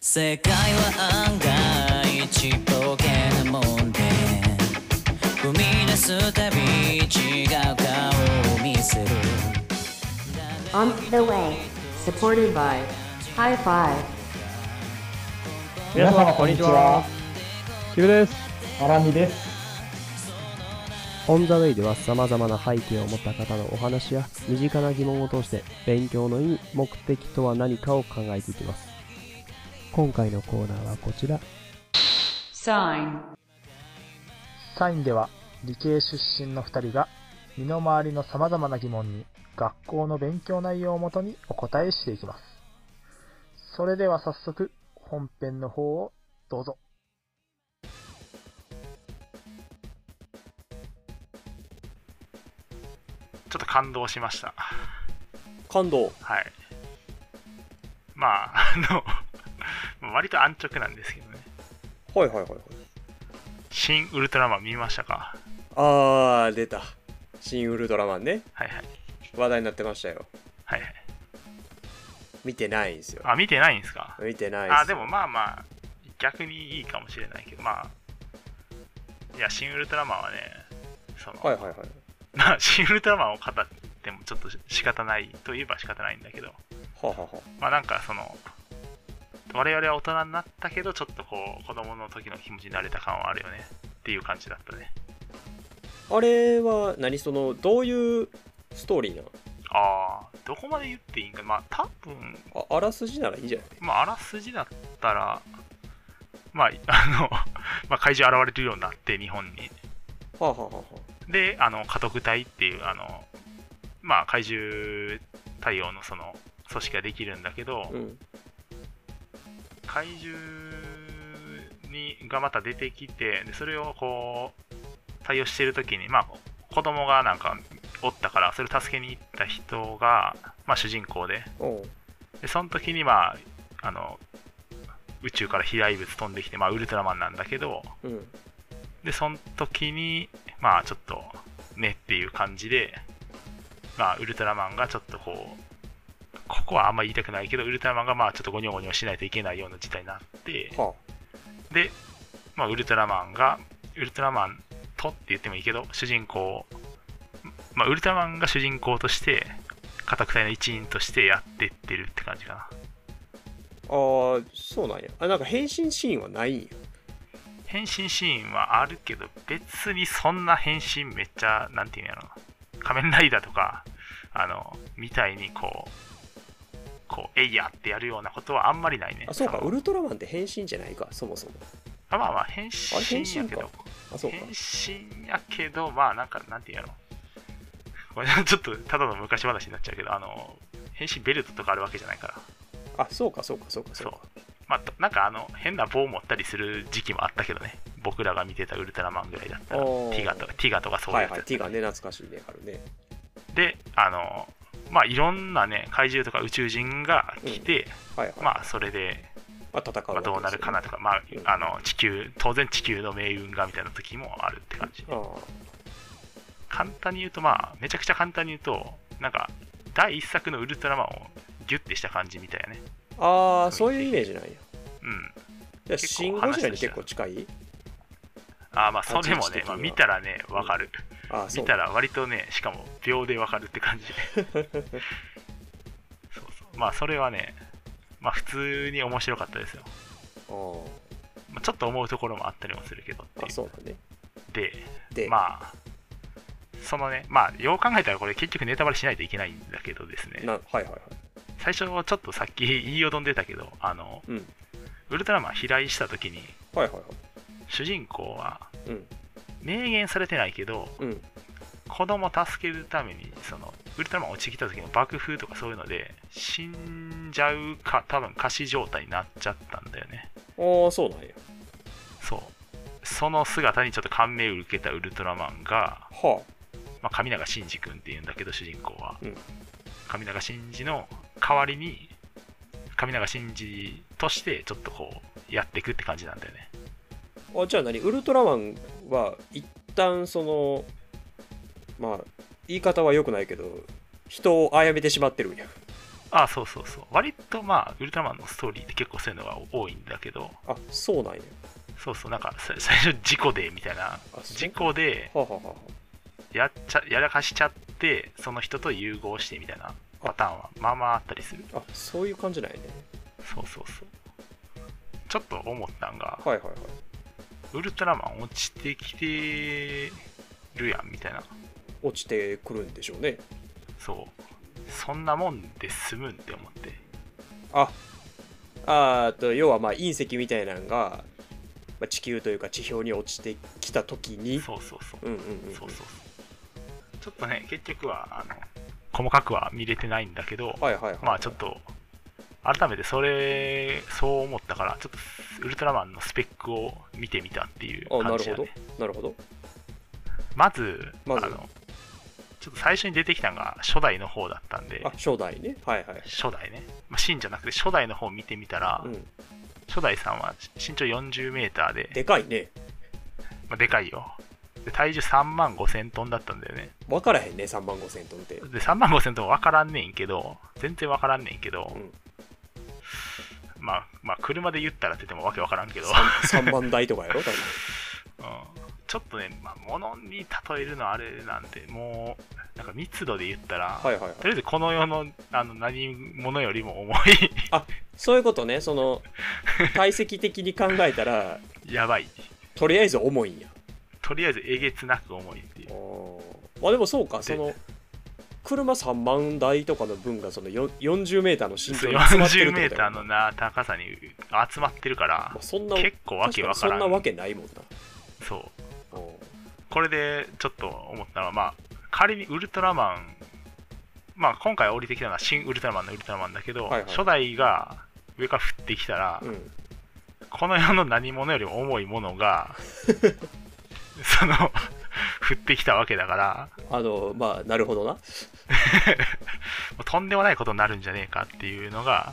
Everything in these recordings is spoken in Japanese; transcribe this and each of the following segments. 世界は案外ちっぽけなもんで踏み出すたび違う顔を見せる On the way, supported by High Five. 皆様こんにちは。キムです。アラミです。オン・ザ・ウェイでは様々な背景を持った方のお話や身近な疑問を通して勉強の意味、目的とは何かを考えていきます。今回のコーナーはこちら。 Sign. サインでは理系出身の2人が身の回りの様々な疑問に学校の勉強内容をもとにお答えしていきます。それでは早速本編の方をどうぞ。ちょっと感動しました。感動。はい。まあ、あの、割と安直なんですけどね。はいはいはいはい。新ウルトラマン見ましたかあー、出た。新ウルトラマンね。はいはい。話題になってましたよ。はいはい。見てないんですよ。あ、見てないんですか見てないあすでよもまあまあ逆にいいかもしれないけどまあいや新ウルトラマンはねその、はいはいはい。まあ新ウルトラマンを語ってもちょっと仕方ないといえば仕方ないんだけどはあ、はあはまあなんかその我々は大人になったけどちょっとこう子供の時の気持ちになれた感はあるよねっていう感じだったねあ、あれは何その、どういうストーリーなのああどこまで言っていいんかまあ多分ああらすじならいいんじゃないまああらすじだったらまああの まあ怪獣現れるようになって日本にはあ、はあはあはで、あの、家督隊っていう、あの、まあ、怪獣対応のその、組織ができるんだけど、あ、うん。怪獣にがまた出てきて、でそれをこう、対応してるときに、まあ、子供がなんか、おったから、それを助けに行った人が、まあ、主人公で、おうで、その時に、まあ、あの、宇宙から飛来物飛んできて、まあ、ウルトラマンなんだけど、うん。で、その時に、まあちょっと、ねっていう感じで、まあウルトラマンがちょっとこう、ここはあんま言いたくないけど、ウルトラマンがまあちょっとゴニョゴニョしないといけないような事態になって、はで、まあウルトラマンが、ウルトラマンとって言ってもいいけど、主人公、まあウルトラマンが主人公として、家宅隊の一員としてやってってるって感じかな。あ。ああ、そうなんや。あ、なんか変身シーンはないんや。変身シーンはあるけど別にそんな変身めっちゃなんていうんやろ仮面ライダーとかあのみたいにこうこうえいやってやるようなことはあんまりないねあ、そうか。のウルトラマンって変身じゃないか、そもそも。あまあまあ変あれ変身や身けかど。あ、そうか変。身やけどまあなんかなんていうんやろこれちょっとただの昔話になっちゃうけどあの変身ベルトとかあるわけじゃないからあ、そうか、そうか、そうか、そうか。まあとなんかあの変な棒持ったりする時期もあったけどね僕らが見てたウルトラマンぐらいだったらテおーィガとかティガとかそういうはいやつはだい。った T がね、懐かしいね、あるね。であのまあいろんなね怪獣とか宇宙人が来て、はいはい。まあそれで、まあ、戦うわけまあ、どうなるかなですとか、まあうんあの地球当然地球の命運がみたいな時もあるって感じよね。ああ。簡単に言うとまあめちゃくちゃ簡単に言うとなんか第一作のウルトラマンをギュッてした感じみたいなねああそういうイメージなんや。うんじゃあ、結構シン・ゴジラに結構近いあーまあそれも立ち位置的ねに、はまあ、見たらねわかる、ああそう見たら割とねしかも秒でわかるって 感じそうそうまあそれはねまあ普通に面白かったですよあーまあ、ちょっと思うところもあったりもするけどってあ、いそうだね。うでで、まあそのねまあよう考えたらこれ結局ネタバレしないといけないんだけどですねなはいはいはい。最初ちょっとさっき言いよどんでたけどあの、うんウルトラマン飛来した時にはいはいはい。主人公はうん明言されてないけど、うん子供を助けるためにそのウルトラマン落ちてきた時の爆風とかそういうので死んじゃうか多分仮死状態になっちゃったんだよねああ、そうなんや。そうその姿にちょっと感銘を受けたウルトラマンが、はまあ、神永真司君っていうんだけど主人公は、うん神永真司の代わりに神永真司としてちょっとこうやっていくって感じなんだよねあ。あじゃあ何ウルトラマンは、一旦その、まあ、言い方は良くないけど、人を殺めてしまってるんや。あそうそうそう割とまあウルトラマンのストーリーって結構そういうのが多いんだけどあそうなんやそうそうなんかさ最初事故でみたいなそう事故ではあ、はあはやっちゃやらかしちゃってその人と融合してみたいなパターンはまあまああったりするあ、あそういう感じなんやねそうそうそうちょっと思ったんがはいはいはいウルトラマン落ちてきてるやんみたいな落ちてくるんでしょうねそうそんなもんで済むんって思ってああーと要はまあ隕石みたいなのが、まあ、地球というか地表に落ちてきた時にそうそうそううんうんうんそうそうそうちょっとね結局はあの細かくは見れてないんだけどはいはいはい、まあちょっと改めてそれそう思ったからちょっとウルトラマンのスペックを見てみたっていうあな感るじだほどねなるほどまずまずあのちょっと最初に出てきたのが初代の方だったんであ初代ねはいはい初代ね、まあ、シンじゃなくて初代の方を見てみたら、うん初代さんは身長 40m ででかいねまあ、でかいよで体重3万5000トンだったんだよね分からへんね3万5000トンってで3万5000トン分からんねんけど全然分からんねんけど、うんまあまあ車で言ったらって言ってもわけ分からんけど、 3, 万台とかやろ多分うん、ちょっとね、まあ、物に例えるのはあれなんでもうなんか密度で言ったら、はいはいはいとりあえずこの世のあの何物よりも重そういうことねその体積的に考えたらい やばいとりあえず重いんやとりあえずえげつなく重いっていうまあでもそうかその車3万台とかの分がそのよ 40m の身長に詰まってるってことや 40m のな高さに集まってるからまあそんな結構わけわからん確にそんなわけないもんなそうおこれでちょっと思ったのは、まあ、仮にウルトラマン、まあ、今回降りてきたのは新ウルトラマンのウルトラマンだけど、はいはい初代が上から降ってきたら、ううんこの世の何者よりも重いもの がその降ってきたわけだからあのまあなるほどなもうとんでもないことになるんじゃねえかっていうのが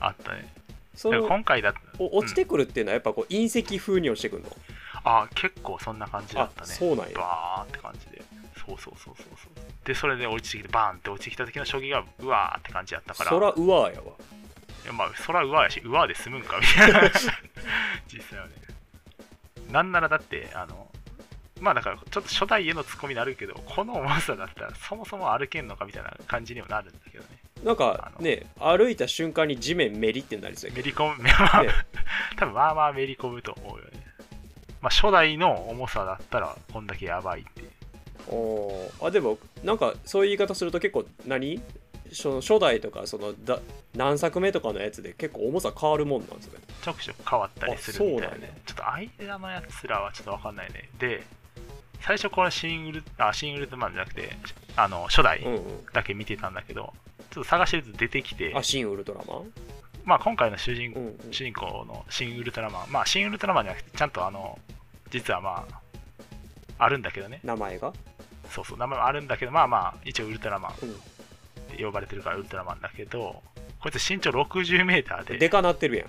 あったねそだからの今回だお落ちてくるっていうのはやっぱこう隕石風に落ちてくるの、あ結構そんな感じだっあたねそうなんやバーって感じでそうそうそうそうそうでそれで落ちてきてバーンって落ちてきた時の衝撃がうわーって感じだったからそらうわーやわいやまあそらうわやしうわで済むんかみたいな 実際はねなんならだってあのまあだからちょっと初代へのツッコミになるけどこの重さだったらそもそも歩けんのかみたいな感じにもなるんだけどねなんかね歩いた瞬間に地面メリってなりそうやめけり込む まあね多分まあまあめり込むと思うよねまあ初代の重さだったらこんだけやばいっていうどおーあでもなんかそういう言い方すると結構何その初代とかそのだ何作目とかのやつで結構重さ変わるもんなんですねちょくちょく変わったりするみたいあそなうなんやねちょっと間のやつらはちょっとわかんないねで最初これシングルあシングルトマンじゃなくてあの初代、うんうんだけ見てたんだけどちょっと探してると出てきてあ、シン・ウルトラマンまあ、今回の主人,、うんうん主人公の新ウルトラマンまあ新ウルトラマンじゃなくてちゃんとあの実はまああるんだけどね名前がそうそう名前もあるんだけどまあまあ一応ウルトラマンっうんて呼ばれてるからウルトラマンだけどこいつ身長 60m ででかなってるや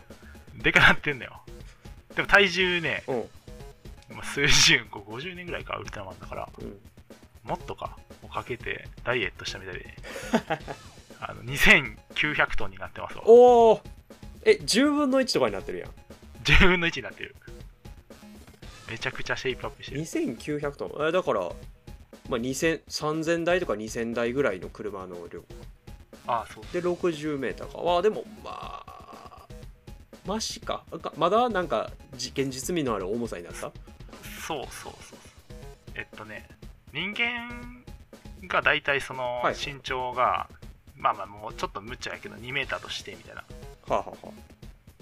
ん。でかなってんのよでも体重ねうん。まあ数十こう50年ぐらいかウルトラマンだからうん、もっとかをかけてダイエットしたみたい であの2900トンになってますわおおえ、10分の1とかになってるやん。 10分の1になってるめちゃくちゃシェイプアップしてる2900トン。え、だから、まあ、2000 3000台とか2000台ぐらいの車の量。ああそうで、60メーターか。わあ、でも、まあ、マシか。なんかまだなんか、じ現実味のある重さになったそうそうそうえっとね人間が大体そのはい身長が、まあまあもうちょっと無茶やけど2メーターとしてみたいなはあ、はあは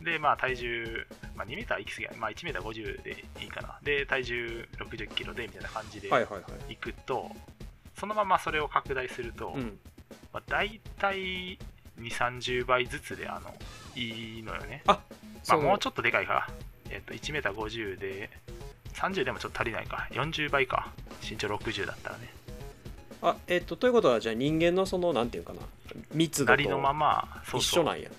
でまあ体重、まあ、2メーター行き過ぎやまあ1メーター50でいいかなで体重60キロでみたいな感じであ、はいはいはい。行くと、そのままそれを拡大すると、うん。まあ、大体2 3 0倍ずつであのいいのよねまあ、もうちょっとでかいか。えっと、1m50 で、30でもちょっと足りないか。40倍か。身長60だったらね。あ、えっと、ということは、じゃあ人間のその、なんていうかな、密度なりのまとま、そう一そ緒うなんや。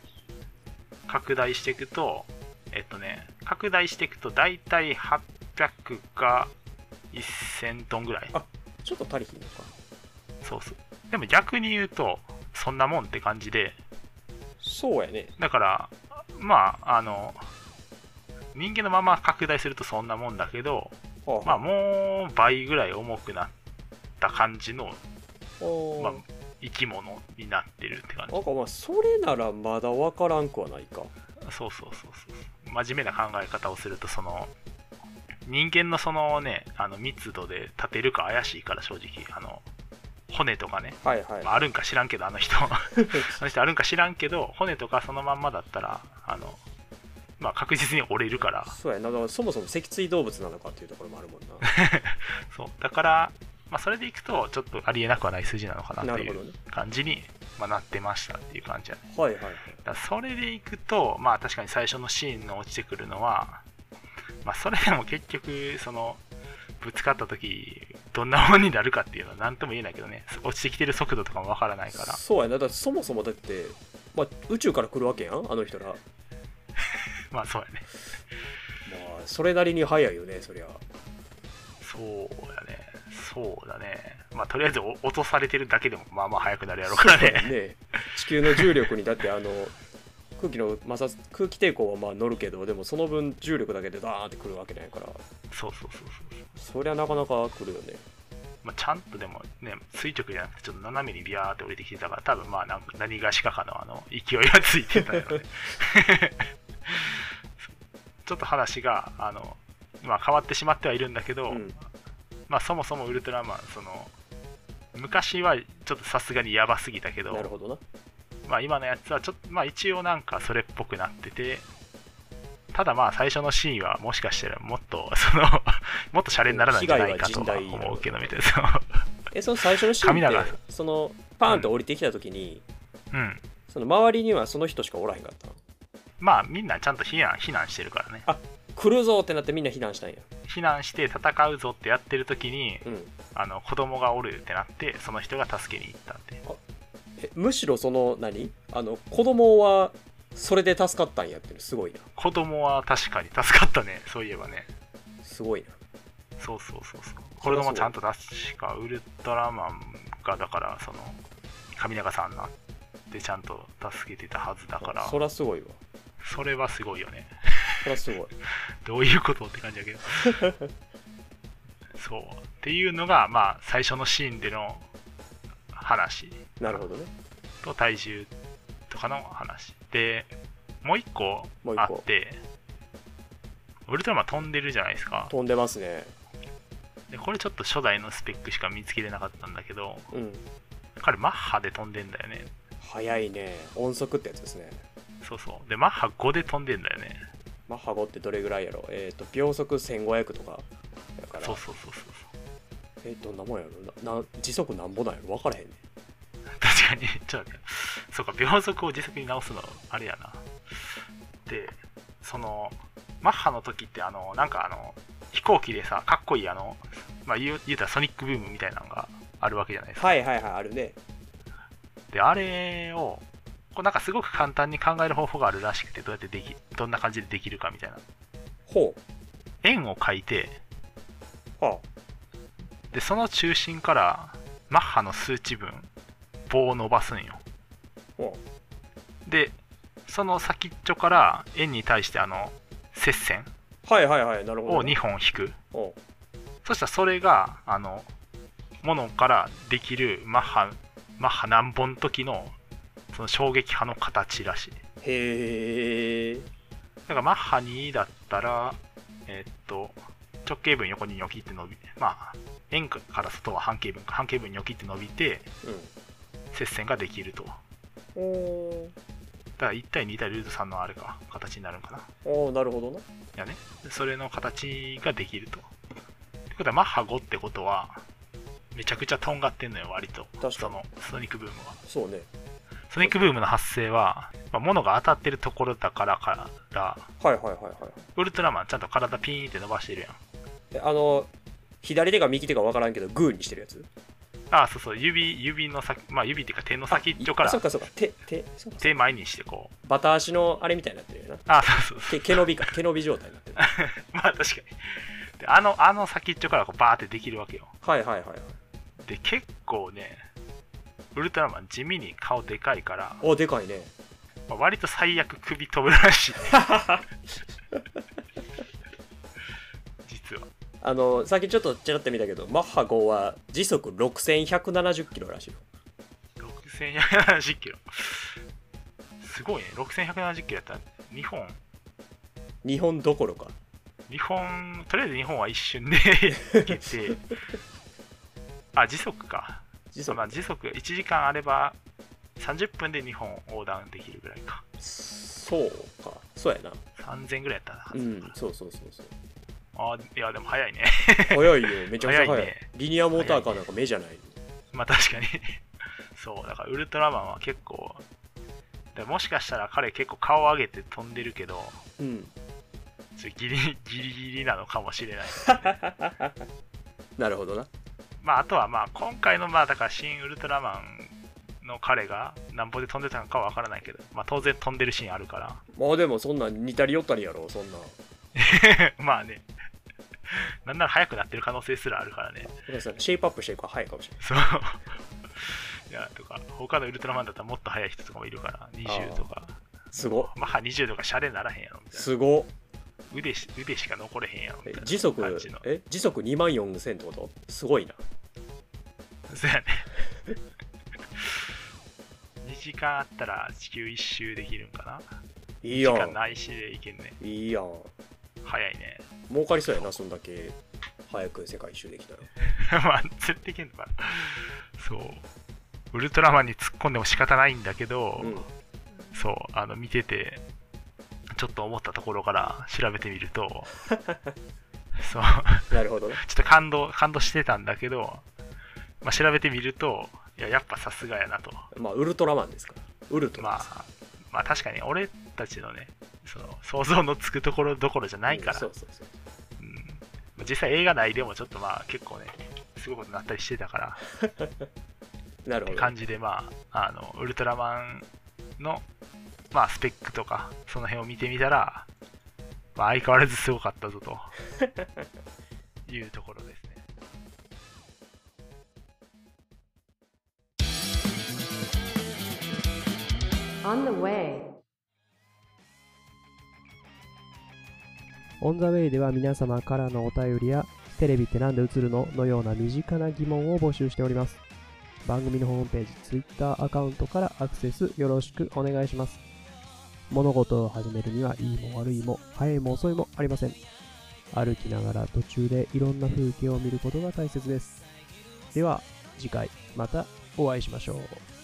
拡大していくと、えっとね、拡大していくと、だいたい800か1000トンぐらいあ。ちょっと足りひんのか。そうそう。でも逆に言うと、そんなもんって感じで、そうやねだから、まあ、あの、人間のまま拡大するとそんなもんだけど、はまあ、もう倍ぐらい重くなった感じのおーまあ生き物になってるって感じなんかまあそれならまだ分からんくはないかそうそうそうそう真面目な考え方をするとその人間のそのねあの密度で立てるか怪しいから正直あの骨とかね、はいはい、まあ、あるんか知らんけどあの人あの人あるんか知らんけど骨とかそのまんまだったらあのまあ確実に折れるからそうやなだからそもそも脊椎動物なのかっていうところもあるもんそうだから、まあ、それでいくとちょっとありえなくはない数字なのかなななといるほどうね感じに、まあ、なってましたっていう感じだねはいはいはいだからそれでいくとまあ確かに最初のシーンの落ちてくるのはまあそれでも結局そのぶつかった時どんなもんになるかっていうのは何とも言えないけどね落ちてきてる速度とかもわからないからそうやなだってそもそもだって、まあ、宇宙から来るわけやんあの人らまあまあそうやねそれなりに速いよねそりゃそうやねそうだねまあとりあえずお落とされてるだけでもまあまあ速くなるやろうからそうやねね地球の重力にだってあの空気の摩擦空気抵抗はまあ乗るけどでもその分重力だけでダーンってくるわけないからそうそうそうそう、そりゃなかなか来るよねまあ、ちゃんとでもね垂直じゃなくてちょっと斜めにビャーって降りてきてたから多分まあなんか何がしかかのあの勢いがついてたよね ちょっと話があの、まあ、変わってしまってはいるんだけど、うんまあ、そもそもウルトラマンその昔はちょっとさすがにやばすぎたけどなるほどなまあ、今のやつはちょっと、まあ、一応なんかそれっぽくなっててただまあ最初のシーンはもしかしたらもっとその もっとシャレにならないんじゃないかとは思うけどみたいなそうえその最初のシーン神っ永てそのパーンと降りてきた時に、うんその周りにはその人しかおらへんかったのまあみんなちゃんと避難避難してるからね来るぞってなってみんな避難したんや避難して戦うぞってやってる時にうんあの子供がおるってなってその人が助けに行ったってえむしろその何あの子供はそれで助かったんやってるすごいな子供は確かに 助かったねそういえばねすごいなそうそうそうそう子供ちゃんと確かウルトラマンがだからその神永さんになってちゃんと助けてたはずだからそらすごいわそれはすごいよねそらすごいどういうことって感じだ けどそうっていうのがまあ最初のシーンでの話なるほどねと体重とかの話でもう一個もう一あ個ってウルトラマン飛んでるじゃないですか飛んでますねでこれちょっと初代のスペックしか見つけれなかったんだけどうん彼マッハで飛んでんだよね早いね音速ってやつですねそうそうでマッハ5で飛んでんだよねマッハ5ってどれぐらいやろえっ、と秒速1500とかだからそうそうそうそうそうえどんなもんやろなな時速なんぼなんやろ分からへんね 確かにちょっと待ってそうか秒速を時速に直すのあれやなでそのマッハの時ってあのなんかあの飛行機でさかっこいいあのまあ言う言うたらソニックブームみたいなのがあるわけじゃないですかはいはいはいあるねであれをこうなんかすごく簡単に考える方法があるらしくてどうやってできどんな感じでできるかみたいなほ円を描いてうはでその中心からマッハの数値分棒を伸ばすんよあはでその先っちょから円に対してあの接線あはいはいはいなるほをど2ね、本引くおうそしたらそれがあのものからできるマッハマッハ何本時のその衝撃波の形らしいへえだからマッハ2だったら、えーっと、直径分横にニョキって伸び、まあ、円から外は半径分か、半径分にニョキって伸びて、接線ができると。だうんおーから1対2対ルート3のあれか、形になるんかな。おーなるほどなやね。でそれの形ができると。ってことは、マッハ5ってことは、めちゃくちゃとんがってんのよ、割と。確かにその、ソニックブームは。そうねソニックブームの発生は、まあ、物が当たってるところだからから、はいはいはいはいウルトラマンちゃんと体ピーンって伸ばしてるやん。えあの左手か右手か分からんけどグーにしてるやつあそうそう、指、指の先、まあ指っていうか手の先っちょかあそっらかそっか手手そうか手前にしてこう。バタ足のあれみたいになってるよなあそうそうそけ う。毛伸びか毛伸び状態になってる まあ確かに。で、あの、あの先っちょからこうバーってできるわけよ。はいはいはいはいで、結構ね、ウルトラマン地味に顔でかいから、おでかいねまあ割と最悪首飛ぶら しい、ね、実はあのさっきちょっとちらって見たけどマッハ5は時速6170キロらしいよ6170キロすごいね6170キロやったら日本日本どころか日本とりあえず日本は一瞬で 行けてあ時速か時ま速あ時速1時間あれば30分で日本を横断できるぐらいかそうかそうやな3000ぐらいやったな、うんそうそうそう そうあーいやでも早いね 早いよめちゃくちゃ早い早いねリニアモーターカーなんか目じゃないまあ確かにそうだからウルトラマンは結構でもしかしたら彼結構顔上げて飛んでるけどうんちょギリギリギリなのかもしれないなるほどなまあ、あとはまあ今回のまあだから新ウルトラマンの彼がなんぼで飛んでたのかは分からないけど、まあ、当然飛んでるシーンあるから まあでもそんな似たり寄ったりやろそんなまあねなんなら速くなってる可能性すらあるからねだからさシェイプアップしていくから早いかもしれないそういやとか他のウルトラマンだったらもっと速い人とかもいるから20とかすごっマッハ20とかシャレにならへんやろみたいなすごっ腕し腕しか残れへんやろみえたいな時速感じのえ時速2万4000ってことすごいなそうやね 2時間あったら地球一周できるんかないいや時間んないしでいけんねいいやん早いね儲かりそうやなそんだけ早く世界一周できたらまあ釣ってけんのかなそうウルトラマンに突っ込んでも仕方ないんだけど、うんそうあの見ててちょっと思ったところから調べてみる とそうなるほどねちょっと感動感動してたんだけど、まあ、調べてみるといややっぱさすがやなとまあウルトラマンですからウルトラまあまあ確かに俺たちのねその想像のつくところどころじゃないから、うんそうそうそううんまあ実際映画内でもちょっとまあ結構ねすごいことになったりしてたからなるってほど感じで、まあ、あのウルトラマンの、まあ、スペックとかその辺を見てみたら、まあ、相変わらずすごかったぞというところですね。 On the way. オン・ザ・ウェイでは皆様からのお便りや「テレビってなんで映るの?」のような身近な疑問を募集しております番組のホームページ Twitter アカウントからアクセスよろしくお願いします物事を始めるにはいいも悪いも早いも遅いもありません歩きながら途中でいろんな風景を見ることが大切ですでは次回またお会いしましょう